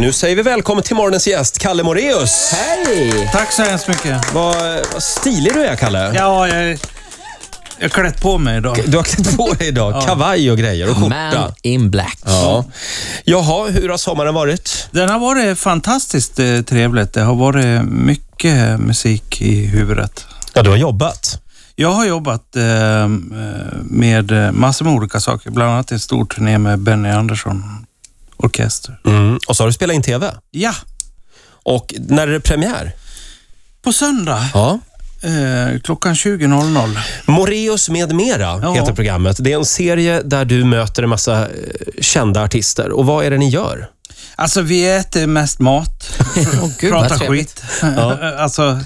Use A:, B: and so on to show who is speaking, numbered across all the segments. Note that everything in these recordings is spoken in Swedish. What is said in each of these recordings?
A: Nu säger vi välkommen till morgonens gäst, Kalle Moreus.
B: Hej!
C: Tack så hemskt mycket.
A: Vad, vad stilig du är, Kalle.
C: Ja, jag, jag har klätt på mig idag.
A: Du har klätt på dig idag. Kavaj och grejer och
B: Man
A: skjorta.
B: in black.
A: Ja. Jaha, hur har sommaren varit?
C: Den har varit fantastiskt eh, trevligt. Det har varit mycket musik i huvudet.
A: Ja, du har jobbat.
C: Jag har jobbat eh, med massor med olika saker, bland annat en stor turné med Benny Andersson Orkester.
A: Mm. Och så har du spelat in TV.
C: Ja,
A: Och när är det premiär?
C: på söndag
A: Ja.
C: eh, klockan 20.00.
A: Moreus med mera
C: Ja.
A: heter programmet. Det är en serie där du möter en massa eh, kända artister. Och vad är det ni gör?
C: Alltså, vi äter mest mat.
B: Åh, gud, vad
C: prata
B: trevligt.
C: skit. alltså,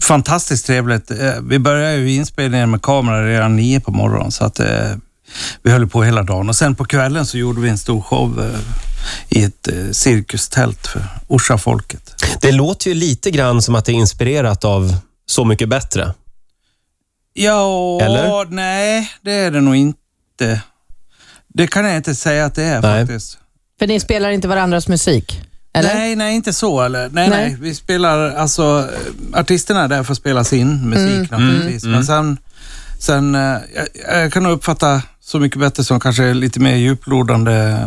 C: fantastiskt trevligt. Eh, Vi började ju inspelningen med kamera redan nio på morgonen, så att eh, vi höll på hela dagen. Och sen på kvällen så gjorde vi en stor show eh, i ett eh, cirkustält för Orsafolket.
A: Det låter ju lite grann som att det är inspirerat av Så mycket bättre.
C: Ja,
A: Eller?
C: nej, det är det nog inte. Det kan jag inte säga att det är
A: Nej.
C: faktiskt.
D: För ni spelar inte varandras musik? Eller?
C: Nej, nej, inte så eller? Nej, nej,
D: Nej.
C: Vi spelar, alltså eh, artisterna är där för att spela sin musik naturligtvis.
A: Mm.
C: Men sen, sen eh, jag, jag kan nog uppfatta Så mycket bättre som kanske lite mer djuplodande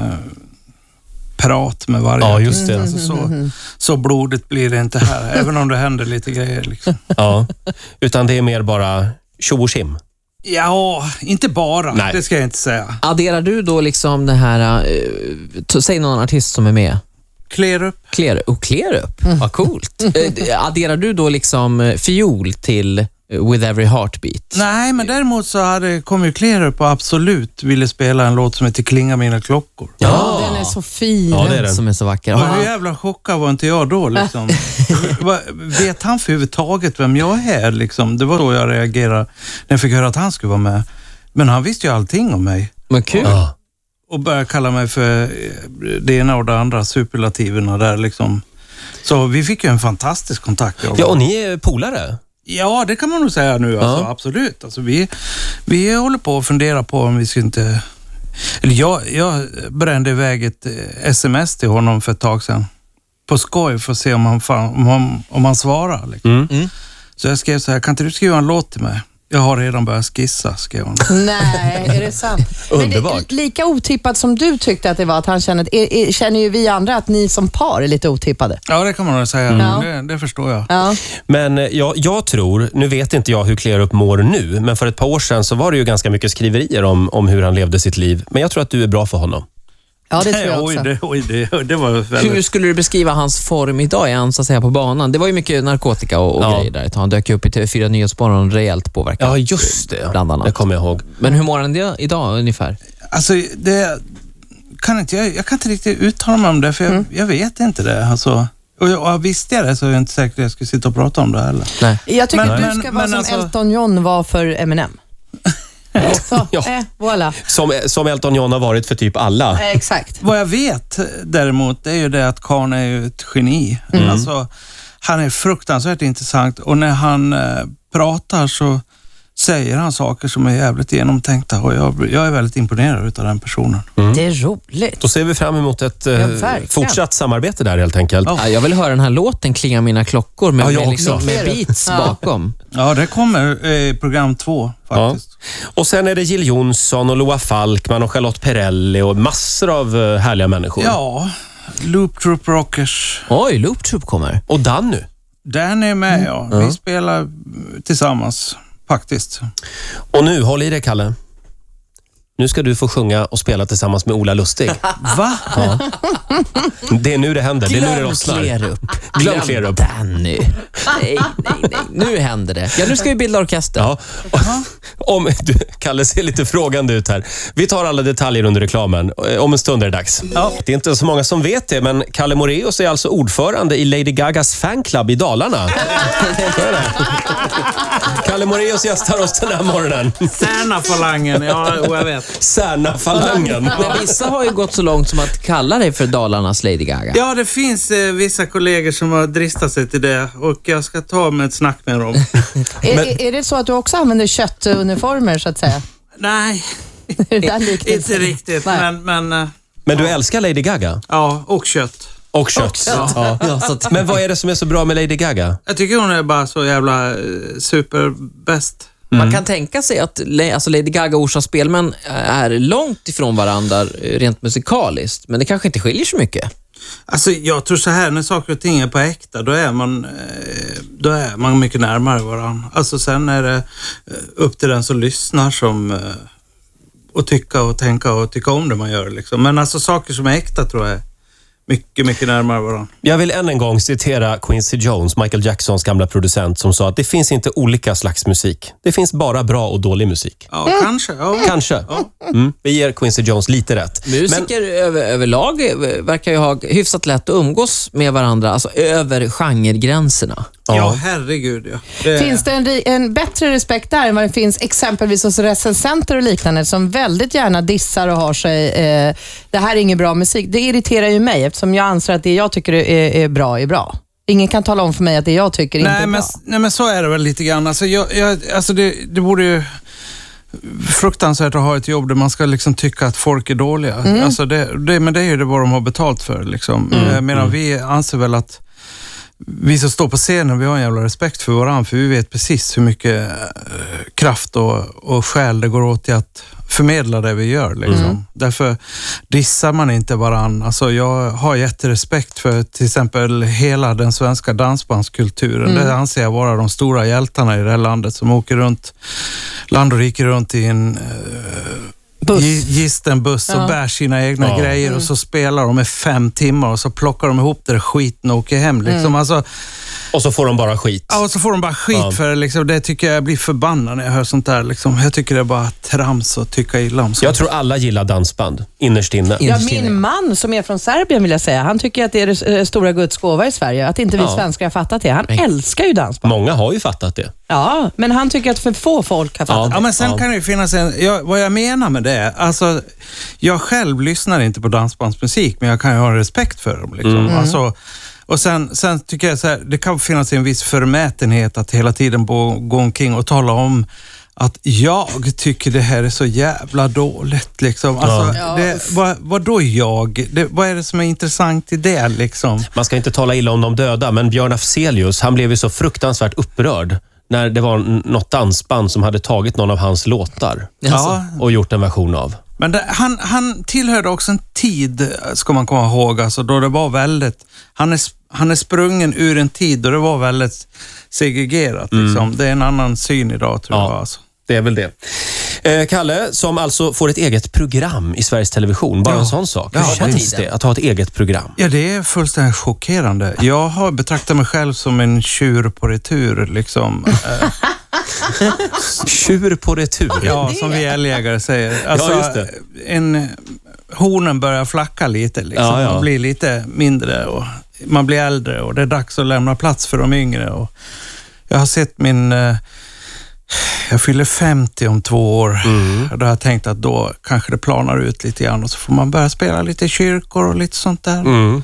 C: prat med varje
A: Ja,
C: artist.
A: just det.
C: Alltså, så, så blodigt blir det inte här, även om det händer lite grejer. Liksom.
A: Ja. Utan det är mer bara tjo och tjim.
C: Ja, inte bara,
A: Nej.
C: det ska jag inte säga.
B: Adderar du då liksom det här, eh, t- säg någon artist som är med,
C: Klär upp.
B: Clear, oh, clear Up,
D: Mm.
B: vad coolt. Eh, d- Adderar du då liksom eh, fiol till eh, With Every Heartbeat?
C: Nej, men däremot så hade, kom ju Klär upp och absolut ville spela en låt som heter Klinga mina klockor.
D: Ja, den är så fin.
A: Ja, det är den.
B: Som är så vacker.
C: Men hur
B: Ja.
C: jävla chockad var inte jag då liksom? Va- Vet han för överhuvudtaget vem jag är liksom? Det var då jag reagerade när jag fick höra att han skulle vara med. Men han visste ju allting om mig
B: Men kul.
A: Ja.
C: och började kalla mig för eh, det ena och det andra, superlativerna där liksom. Så vi fick ju en fantastisk kontakt. jag och
A: ja, och ni är polare.
C: Ja, det kan man nog säga nu. Alltså, Absolut. Alltså, vi, vi håller på att fundera på om vi ska inte... Eller jag, jag brände iväg ett eh, sms till honom för ett tag sedan. På skoj för att se om han, fan, om han, om han svarar. Liksom.
D: Mm.
C: Så jag skrev så här, kan inte du skriva en låt till mig? Jag har redan börjat skissa, skrev hon.
D: Nej, är det sant? Men
A: Underbart.
D: Det, lika otippat som du tyckte att det var att han kände, er, er, känner ju vi andra att ni som par är lite otippade.
C: Ja, det kan man nog säga. Det, det förstår jag.
D: Ja.
A: Men eh, jag, jag tror, nu vet inte jag hur Kleerup mår nu, men för ett par år sedan så var det ju ganska mycket skriverier om, om hur han levde sitt liv. Men jag tror att du är bra för honom.
D: ja, det tror jag också.
C: Oj, det, oj, det, det var väldigt...
B: Hur skulle du beskriva hans form idag? Är han så att säga på banan? Det var ju mycket narkotika och, och
A: Ja.
B: grejer där ett tag. Han dök ju upp i TV4 Nyhetsmorgon rejält påverkad.
A: just
B: Bland
A: Det
B: annat.
A: kommer jag ihåg.
B: Men hur mår han det idag ungefär?
C: Alltså, det kan inte, jag, jag kan inte riktigt uttala mig om det, för jag, jag vet inte det. Alltså, och, jag- och visste jag det så är jag inte säker att jag skulle sitta och prata om det heller.
B: Nej.
D: Jag tycker
C: Men-
D: du ska
C: men-
D: vara
C: men
D: som
C: alltså-
D: Elton John var för Eminem. Så,
A: Ja.
D: eh, voilà.
A: Som, som Elton John har varit för typ alla.
D: Eh, Exakt.
C: Vad jag vet eh, däremot, det är ju det att Karn är ju ett geni. Alltså, han är fruktansvärt intressant och när han eh, pratar så säger han saker som är jävligt genomtänkta och jag, jag är väldigt imponerad utav den personen.
D: Det är roligt.
A: Då ser vi fram emot ett eh,
D: Ja, verkligen.
A: fortsatt samarbete där helt enkelt.
C: Ja.
B: Ja, jag vill höra den här låten Klinga mina klockor med,
A: Ja, jag
B: med, liksom,
A: också.
B: med beats
D: Ja.
B: bakom.
C: Ja, det kommer eh, program två
A: Ja.
C: faktiskt.
A: Och sen är det Jill Johnson och Loa Falkman och Charlotte Perrelli och massor av eh, härliga människor.
C: Ja, Loop Troop Rockers.
B: Oj, Loop Troop kommer.
A: Och Danny.
C: Den är med, Mm. ja. Vi spelar mm, tillsammans faktiskt.
A: Och nu, håll i dig Kalle. Nu ska du få sjunga och spela tillsammans med Ola Lustig.
C: Va?
A: Det är nu det händer. Det är nu det
B: Glöm
A: lossnar.
B: Kleerup.
A: Glöm Kleerup.
B: Danny. Nej, nej, nej. Nu händer det. Ja, nu ska vi bilda orkester.
A: Ja. Om, du, Kalle ser lite frågande ut här. Vi tar alla detaljer under reklamen. Eh, Om en stund är det dags.
C: Ja.
A: Det är inte så många som vet det, men Kalle Moreus är alltså ordförande i Lady Gagas fanclub i Dalarna. Så är det. Kalle Moreus gästar oss den här morgonen.
C: Särna falangen, ja, oh, jag vet.
A: Särna-falangen.
B: Men vissa har ju gått så långt som att kalla dig för Dalarnas Lady Gaga.
C: Ja, det finns eh, vissa kollegor som har dristat sig till det och jag ska ta mig ett snack med dem.
D: Är, är- är det så att du också använder köttuniformer så att säga?
C: Nej,
D: Är det där liknelsen?
C: inte riktigt,
D: Nej.
C: men, men eh,
A: Men du älskar Lady Gaga?
C: ja, och kött.
A: Och kött. Ja.
B: Ja, så att,
A: Men vad är det som är så bra med Lady Gaga?
C: Jag tycker hon är bara så jävla eh, superbäst.
A: Mm.
B: Man kan tänka sig att Le- alltså Lady Gaga och Orsa Spelman eh, är långt ifrån varandra eh, rent musikaliskt, men det kanske inte skiljer så mycket.
C: Alltså jag tror så här, när saker och ting är på äkta, då är man, eh, då är man mycket närmare varandra. Alltså sen är det eh, upp till den som lyssnar som eh, att tycka och tänka och tycka om det man gör. Liksom. Men alltså saker som är äkta tror jag är mycket, mycket närmare varandra.
A: Jag vill än en gång citera Quincy Jones, Michael Jacksons gamla producent, som sa att det finns inte olika slags musik. Det finns bara bra och dålig musik.
C: Ja, kanske. Ja.
A: Kanske. Mm, vi ger Quincy Jones lite rätt.
B: Musiker över, överlag eh, verkar ju ha hyfsat lätt att umgås med varandra, alltså över genregränserna.
C: ja, herregud ja. Det-
D: Finns det en, ri- en bättre respekt där än vad det finns exempelvis hos recensenter och liknande som väldigt gärna dissar och har sig, eh, det här är ingen bra musik. Det irriterar ju mig eftersom jag anser att det jag tycker är, är bra är bra. Ingen kan tala om för mig att det jag tycker inte
C: nej,
D: är
C: men,
D: bra.
C: nej, men så är det väl lite grann. Alltså, jag, jag, alltså det, det vore ju fruktansvärt att ha ett jobb där man ska liksom tycka att folk är dåliga.
D: Mm.
C: Alltså det, det, men det är ju det vad de har betalt för. Liksom. Eh, Medan
D: Mm.
C: vi anser väl att vi som står på scenen, vi har en jävla respekt för varandra, för vi vet precis hur mycket eh, kraft och, och själ det går åt till att förmedla det vi gör. Liksom.
D: Mm.
C: Därför dissar man inte varandra. Alltså, jag har jätterespekt för till exempel hela den svenska dansbandskulturen.
D: Mm.
C: Det anser jag vara de stora hjältarna i det här landet som åker runt, land och rike runt i en eh,
D: Buss.
C: Gi- Gistenbuss och
D: Ja.
C: bär sina egna
A: Ja.
C: grejer och så spelar de i fem timmar och så plockar de ihop det där skiten och åker hem.
D: Mm.
C: Liksom. Alltså,
A: Och så får de bara skit.
C: ja, och så får de bara skit
A: Ja.
C: för det. Liksom. Det tycker jag, jag blir förbannad när jag hör sånt där. Liksom. Jag tycker det är bara trams att tycka illa om sånt.
A: Jag tror alla gillar dansband, innerst inne.
D: Ja,
B: Innerst inne.
D: min man som är från Serbien vill jag säga, han tycker att det är det eh, stora Guds gåva i Sverige, att inte vi
A: Ja.
D: svenskar har fattat det. Han
B: Nej.
D: älskar ju dansband.
A: Många har ju fattat det.
D: Ja, men han tycker att för få folk har fattat
C: Ja, men sen
A: Ja.
C: kan det ju finnas en... Jag, vad jag menar med det, alltså, jag själv lyssnar inte på dansbandsmusik, men jag kan ju ha respekt för dem. Liksom.
A: Mm.
C: Alltså, och sen, sen tycker jag så här, det kan finnas en viss förmätenhet att hela tiden bo- gå omkring och tala om att jag tycker det här är så jävla dåligt. Liksom. Alltså,
D: Ja.
C: det, vad, vad då jag? Det, vad är det som är intressant i det? Liksom?
A: Man ska inte tala illa om de döda, men Björn Afzelius, han blev ju så fruktansvärt upprörd när det var n- något dansband som hade tagit någon av hans låtar
B: Alltså,
A: och gjort en version av.
C: Men det, han, han tillhörde också en tid, ska man komma ihåg, alltså, då det var väldigt... Han är, sp- han är sprungen ur en tid då det var väldigt segregerat. Liksom. Det är en annan syn idag, tror jag. Alltså.
A: Det är väl det. Eh, Kalle, som alltså får ett eget program i Sveriges Television. Bara en sån sak.
C: Ja,
A: Hur känns
B: visst.
A: det att ha ett eget program?
C: Ja, det är fullständigt chockerande. Jag har betraktat mig själv som en tjur på retur, liksom. Eh,
A: Tjur på retur.
C: ja, som vi älgjägare säger. Alltså,
A: just det.
C: En, hornen börjar flacka lite, liksom.
A: Ja, ja.
C: man blir lite mindre och man blir äldre och det är dags att lämna plats för de yngre. Och jag har sett min... eh, Jag fyller 50 om två år.
A: Mm.
C: Då har jag tänkt att då kanske det planar ut lite grann och så får man börja spela lite i kyrkor och lite sånt där.
A: Mm.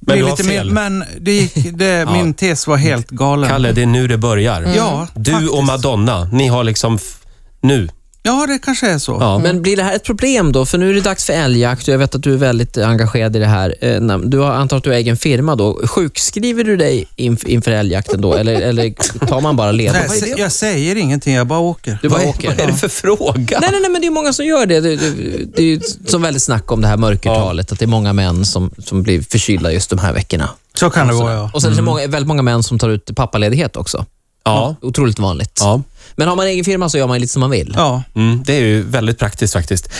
C: Det är
A: Men du har
C: lite min-
A: fel.
C: men det gick, det, min tes var helt galen.
A: Kalle, det är nu det börjar.
C: Mm. Ja,
A: Du
C: faktiskt.
A: och Madonna, ni har liksom... F- nu.
C: Ja, det kanske är så.
A: Ja.
B: Men blir det här ett problem då? För nu är det dags för älgjakt och jag vet att du är väldigt eh, engagerad i det här. Eh, när- Du har, antar att du har egen firma då. Sjukskriver du dig inf- inför älgjakten då? Eller, eller tar man bara ledigt?
C: Nej, se- jag säger ingenting, jag bara åker.
B: Du
A: Vad
B: bara
A: är,
B: åker?
A: vad är det för fråga?
B: Nej, nej, nej, men det är många som gör det. Det, det, det är ju som väldigt snack om det här mörkertalet, att det är många män som, som blir förkylda just de här veckorna.
C: Så kan det vara, ja.
B: Och sen är det många, väldigt många män som tar ut pappaledighet också.
A: Mm. Ja.
B: Otroligt vanligt.
A: ja.
B: Men har man egen firma så gör man lite som man vill.
C: ja.
A: Mm, det är ju väldigt praktiskt faktiskt.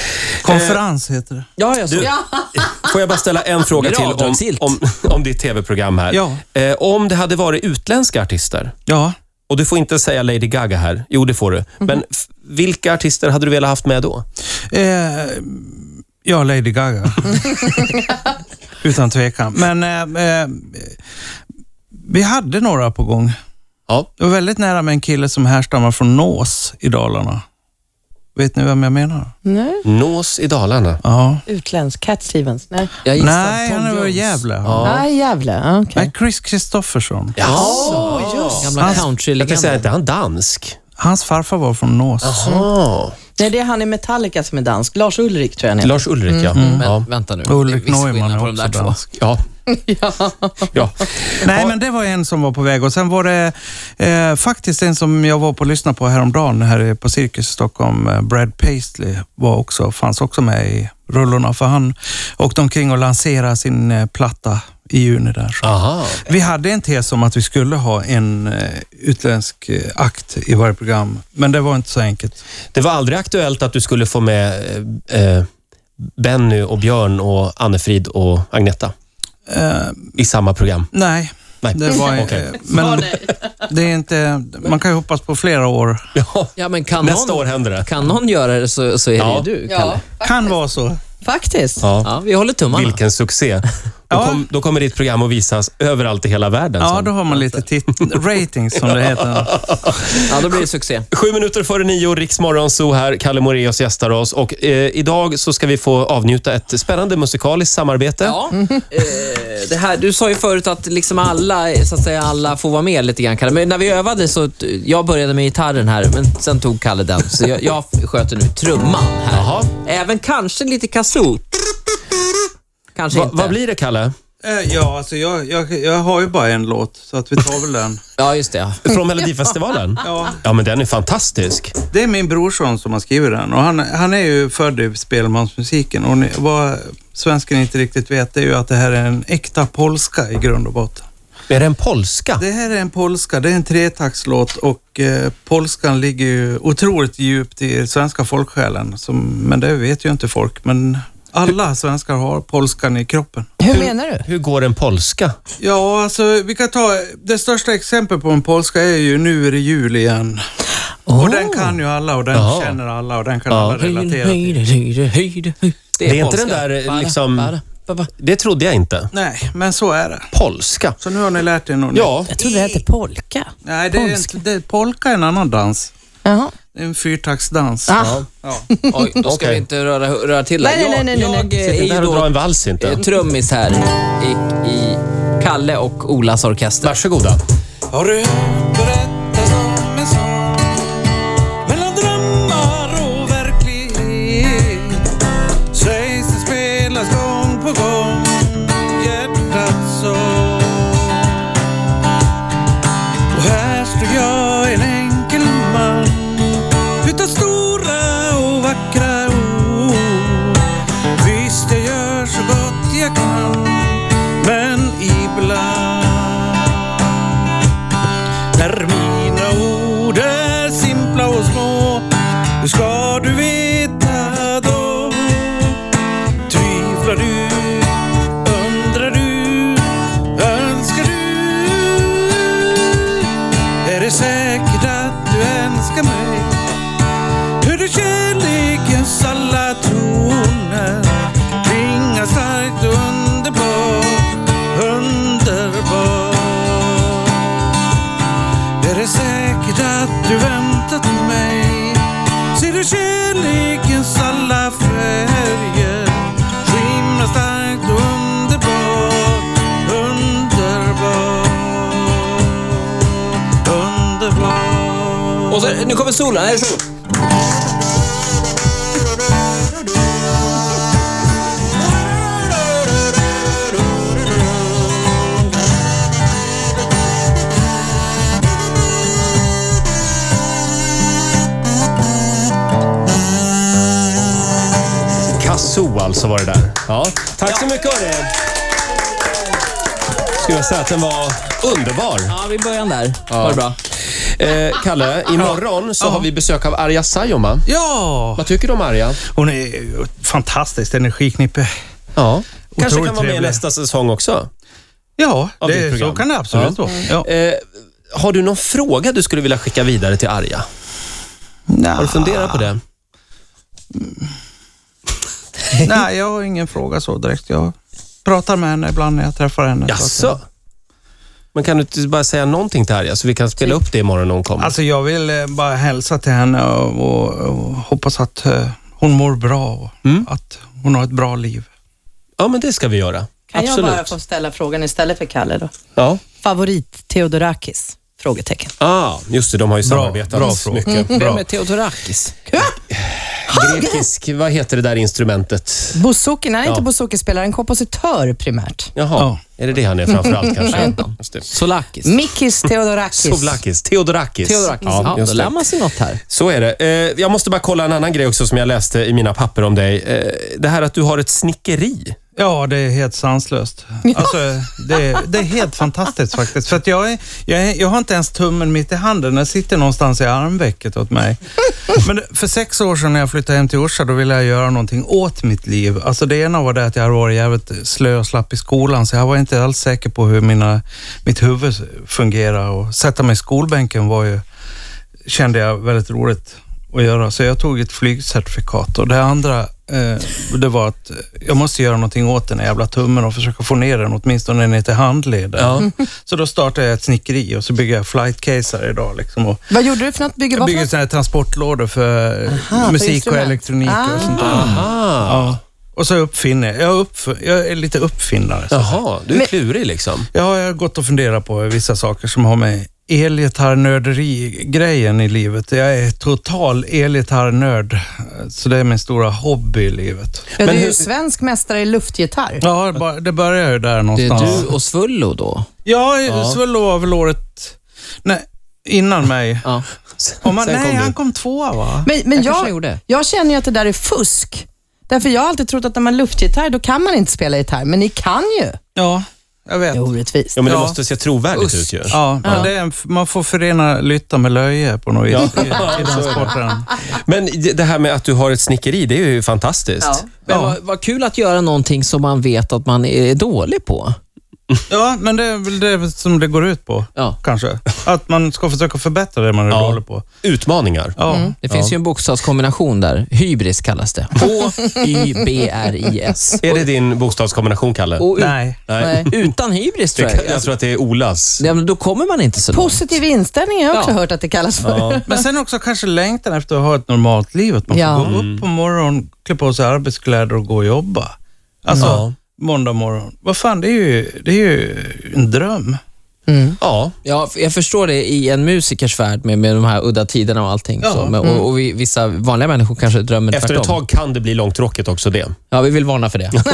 C: Konferens heter det.
B: Ja, jag såg.
A: Får jag bara ställa en fråga
B: Blir det
A: till om,
B: avdragsgillt?
A: om, om ditt tv-program här.
C: Ja.
A: Eh, om det hade varit utländska artister,
C: Ja.
A: och du får inte säga Lady Gaga här. Jo, det får du. Men f- vilka artister hade du velat haft med då?
C: Eh, ja, Lady Gaga. Utan tvekan. Men eh, eh, vi hade några på gång.
A: Ja.
C: Jag var väldigt nära med en kille som härstammar från Nås i Dalarna. Vet ni vem jag menar?
D: Nej.
A: Nås i Dalarna.
C: Ja.
D: Utländsk, Cat Stevens. Nej,
B: Jag gissar
C: Nej,
B: Tom
C: han är väl
B: Jones.
C: Gävle.
D: Nej jävlar. Ja, okej.
C: Nej, Chris Kristoffersson.
A: Jaså? Jag
B: Gamla
A: tänkte säga, är
B: countrylegenden.
A: inte han dansk?
C: Hans farfar var från Nås.
A: Ah.
D: Nej, det är han i Metallica som är dansk. Lars Ulrik tror jag han heter.
A: Lars Ulrik, ja. Mm, ja.
B: Vänta nu.
C: Ulrik
B: Det är viss skillnad
C: Neumann är
B: på de
C: också
B: där två.
C: dansk.
A: ja. Ja.
C: Nej, men det var en som var på väg och sen var det eh, faktiskt en som jag var på och lyssnade på häromdagen här på Cirkus i Stockholm. Eh, Brad Paisley var också, fanns också med i rullorna för han åkte omkring och lanserade sin eh, platta i juni där. Så.
A: Aha.
C: Vi hade en tes om att vi skulle ha en eh, utländsk eh, akt i varje program, men det var inte så enkelt.
A: Det var aldrig aktuellt att du skulle få med eh, eh, Benny och Björn och Annefrid och Agneta
C: Eh,
A: i samma program?
C: nej,
A: Nej.
C: det var eh,
A: Okej.
C: Men det är inte... Man kan ju hoppas på flera år.
A: Ja.
B: Ja, men kan
A: Nästa
B: någon,
A: år händer det.
B: Kan någon göra det så, så är
A: Ja.
B: det ju du, Kalle.
D: Ja,
C: Kan vara så.
D: faktiskt.
A: Ja.
B: Ja, vi håller tummarna.
A: Vilken succé. Då,
C: Ja.
A: kom, då kommer ditt program att visas överallt i hela världen.
C: Ja,
A: sen.
C: då har man lite tit- ratings som det heter.
B: Ja, då blir det succé.
A: Sju minuter före nio, Riksmorgon så här. Kalle Moraeus gästar oss och eh, idag så ska vi få avnjuta ett spännande musikaliskt samarbete.
B: Ja. Eh, det här, du sa ju förut att liksom alla, så att säga, alla får vara med lite grann, Kalle. Men när vi övade så... t- Jag började med gitarren här, men sen tog Kalle den. Så jag, jag sköter nu trumman här.
A: Jaha.
B: Även kanske lite kazoo. Kanske
A: Va,
B: inte.
A: vad blir det, Kalle?
C: Eh, Ja, alltså jag, jag, jag har ju bara en låt, så att vi tar väl den.
B: Ja, just det. ja.
A: Från Melodifestivalen?
C: Ja.
A: Ja, men den är fantastisk.
C: Det är min brorson som har skrivit den och han, han är ju född i spelmansmusiken och ni, vad svensken inte riktigt vet är ju att det här är en äkta polska i grund och botten.
A: Är det en polska?
C: Det här är en polska, det är en tretaktslåt och eh, polskan ligger ju otroligt djupt i svenska folksjälen, som, men det vet ju inte folk. Men alla svenskar har polskan i kroppen.
D: Hur menar du?
A: Hur går en polska?
C: Ja, alltså vi kan ta, det största exempel på en polska är ju Nu är det jul igen. Och den kan ju alla och den
A: Jaha.
C: känner alla och den kan
A: Oh. Ja.
C: alla relatera till.
B: Höjde, höjde, höjde, höjde.
A: Det är, inte den där eh, liksom... Det trodde jag inte.
C: Nej, men så är det.
A: Polska.
C: Så nu har ni lärt er något
A: Ja,
C: nytt.
D: Jag trodde det hette polka.
C: Nej, det är
D: Polska.
C: inte, det, polka är en annan dans.
D: Jaha.
C: Det är en fyrtaktsdans.
D: Ah.
C: Ja.
B: Oj, då ska
A: Okej.
B: vi inte röra, röra till det.
D: Nej, nej, nej, nej, nej.
B: Jag, jag
A: sitt
B: eh,
A: inte
B: är
A: här
B: ju
A: och dra en
B: då
A: vals
B: eh,
A: inte.
B: trummis här i, i Kalle och Olas orkester.
A: Varsågoda.
C: Har du hört berättas om en sång mellan drömmar och verklighet? Sägs det spelas gång på gång hjärtats sång. Och här står jag en enkel man utan stora och vackra ord. Visst, jag gör så gott jag kan, men ibland när mina ord är simpla och små Hur ska du veta då? Tvivlar du? Undrar du? Önskar du? Är det säkert att du önskar mig? Hur är kärlekens alla toner klingar starkt och underbart, underbart är det säkert att du väntat mig Ser du kärlekens alla färger Skimra starkt och underbart Underbart Underbart
B: Och så, nu kommer solen. Här är sol.
A: Kazoo alltså var det där. Ja. Tack så mycket hörni. Skulle jag säga att den var underbar.
B: Ja, vi börjar där. Var det bra?
A: Eh, Kalle, imorgon så har vi besök av Arja Saijonmaa.
C: Ja!
A: Vad tycker du om Arja?
C: Hon är ju ett fantastiskt energiknippe.
A: Ja. Kanske kan
C: Otroligt
A: vara med
C: trevlig.
A: nästa säsong också.
C: Ja,
A: Av ditt
C: det, så
A: program.
C: kan det absolut
A: Ja.
C: vara. Ja.
A: Eh, har du någon fråga du skulle vilja skicka vidare till Arja? Eh, Har du
C: Ah.
A: funderat på det?
C: Nej, jag har ingen fråga så direkt. Jag pratar med henne ibland när jag träffar henne. så att jag-
A: Jaså? Men kan du inte bara säga någonting till Arja så vi kan spela upp det imorgon när hon kommer?
C: Alltså jag vill eh, bara hälsa till henne och, och, och hoppas att eh, hon mår bra och att hon har ett bra liv.
A: Ja, men det ska vi göra.
D: Kan
A: Absolut.
D: jag bara få ställa frågan istället för Kalle då?
A: Ja.
D: Favorit Theodorakis? Frågetecken.
A: Ah, just det, de har ju samarbetat
C: Mm, bra
A: mycket. Ah,
B: Vem är Theodorakis?
A: Grekisk, vad heter det där instrumentet?
D: Bouzouki, nej
A: Ja.
D: inte bouzouki-spelare, en kompositör primärt.
A: Jaha,
C: Ja.
A: är det det han är framförallt kanske? Just det.
B: Solakis.
D: Mm. Mikis Theodorakis.
A: Souvlakis, Theodorakis.
B: Theodorakis. Ja,
A: Ja,
B: då
A: just
B: lär
A: det.
B: man sig något här.
A: Så är det. Eh, Jag måste bara kolla en annan grej också som jag läste i mina papper om dig. Eh, Det här att du har ett snickeri.
C: Ja, det är helt sanslöst. Alltså, det, det är helt fantastiskt faktiskt. För att jag, är, jag, är, jag har inte ens tummen mitt i handen. Den sitter någonstans i armvecket åt mig. Men det- för sex år sedan när jag flyttade hem till Orsa, då ville jag göra någonting åt mitt liv. Alltså det ena var det att jag hade varit jävligt slö och slapp i skolan, så jag var inte alls säker på hur mina, mitt huvud fungerar. Och sätta mig i skolbänken var ju, kände jag väldigt roligt att göra. Så jag tog ett flygcertifikat och det andra eh, det var att jag måste göra någonting åt den här jävla tummen och försöka få ner den åtminstone ner till handleden. Så då startade jag ett snickeri och så bygger jag flightcaser idag. Liksom, och
D: Vad gjorde du för något? Bygger
C: jag
D: vad
C: bygger
D: för
C: sådana här transportlådor för
D: för
C: musik och
D: instrument. Ah.
C: elektronik och sånt där.
A: Aha.
C: Ja. Och så uppfinner jag. Jag, uppf- jag är lite uppfinnare. Så.
A: Jaha, du är klurig liksom.
C: Ja, jag har gått och funderat på vissa saker som har med elgitarrnörderi-grejen i livet. Jag är total elgitarrnörd, så det är min stora hobby i livet.
D: Ja, du
A: Men
D: är ju
A: hur-
D: svensk mästare i luftgitarr.
C: Ja, det bara- det börjar ju där
B: Det är
C: någonstans.
B: du och Svullo då?
C: Ja, Svullo var väl året... Nej, innan mig.
B: Ja.
C: Om man,
A: Sen
C: nej,
A: kom du.
C: han kom tvåa va?
D: Men, men
B: Jag
D: jag,
B: kanske
D: jag,
B: gjorde.
D: känner ju att det där är fusk. Därför jag har alltid trott att när man luftgitarr, då kan man inte spela gitarr. Men ni kan ju.
C: Ja, jag vet.
D: Det är orättvist.
A: Ja, men det
C: Ja.
A: måste se trovärdigt ut ju.
C: Ja, men Det är en, man får förena lytta med löje på något vis i, i den sporten.
A: Men det det här med att du har ett snickeri, det är ju fantastiskt.
B: Men
C: Ja.
B: vad, vad kul att göra någonting som man vet att man är dålig på.
C: Ja, men det är väl det som det går ut på,
B: Ja.
C: kanske. Att man ska försöka förbättra det man är
A: Ja.
C: dålig på.
A: Utmaningar.
C: Ja.
B: Det finns ju en bokstavskombination där. Hybris kallas det. H-Y-B-R-I-S.
A: Är det din bokstavskombination, Kalle?
B: Och ut,
C: Nej.
A: Nej.
D: Nej.
B: utan hybris tror
A: Det kan,
B: jag.
A: jag tror att det är Olas.
B: Ja, men då kommer man inte så långt.
D: Positiv inställning har jag också
B: Ja.
D: hört att det kallas för.
C: Men sen också kanske längtan efter att ha ett normalt liv. Att man får
D: Ja.
C: gå
A: Mm.
C: upp på morgonen, klä på sig arbetskläder och gå och jobba. Alltså,
A: Ja.
C: måndag morgon. Vad fan, det är ju, det är ju en dröm.
A: Ja.
B: Ja, f- jag förstår det i en musikers värld med, med de här udda tiderna och allting.
C: Ja.
B: Så, men, och, och vi, vissa vanliga människor kanske drömmer
A: Efter
B: tvärtom.
A: ett tag kan det bli långtråkigt också det.
B: Ja, vi vill varna för det.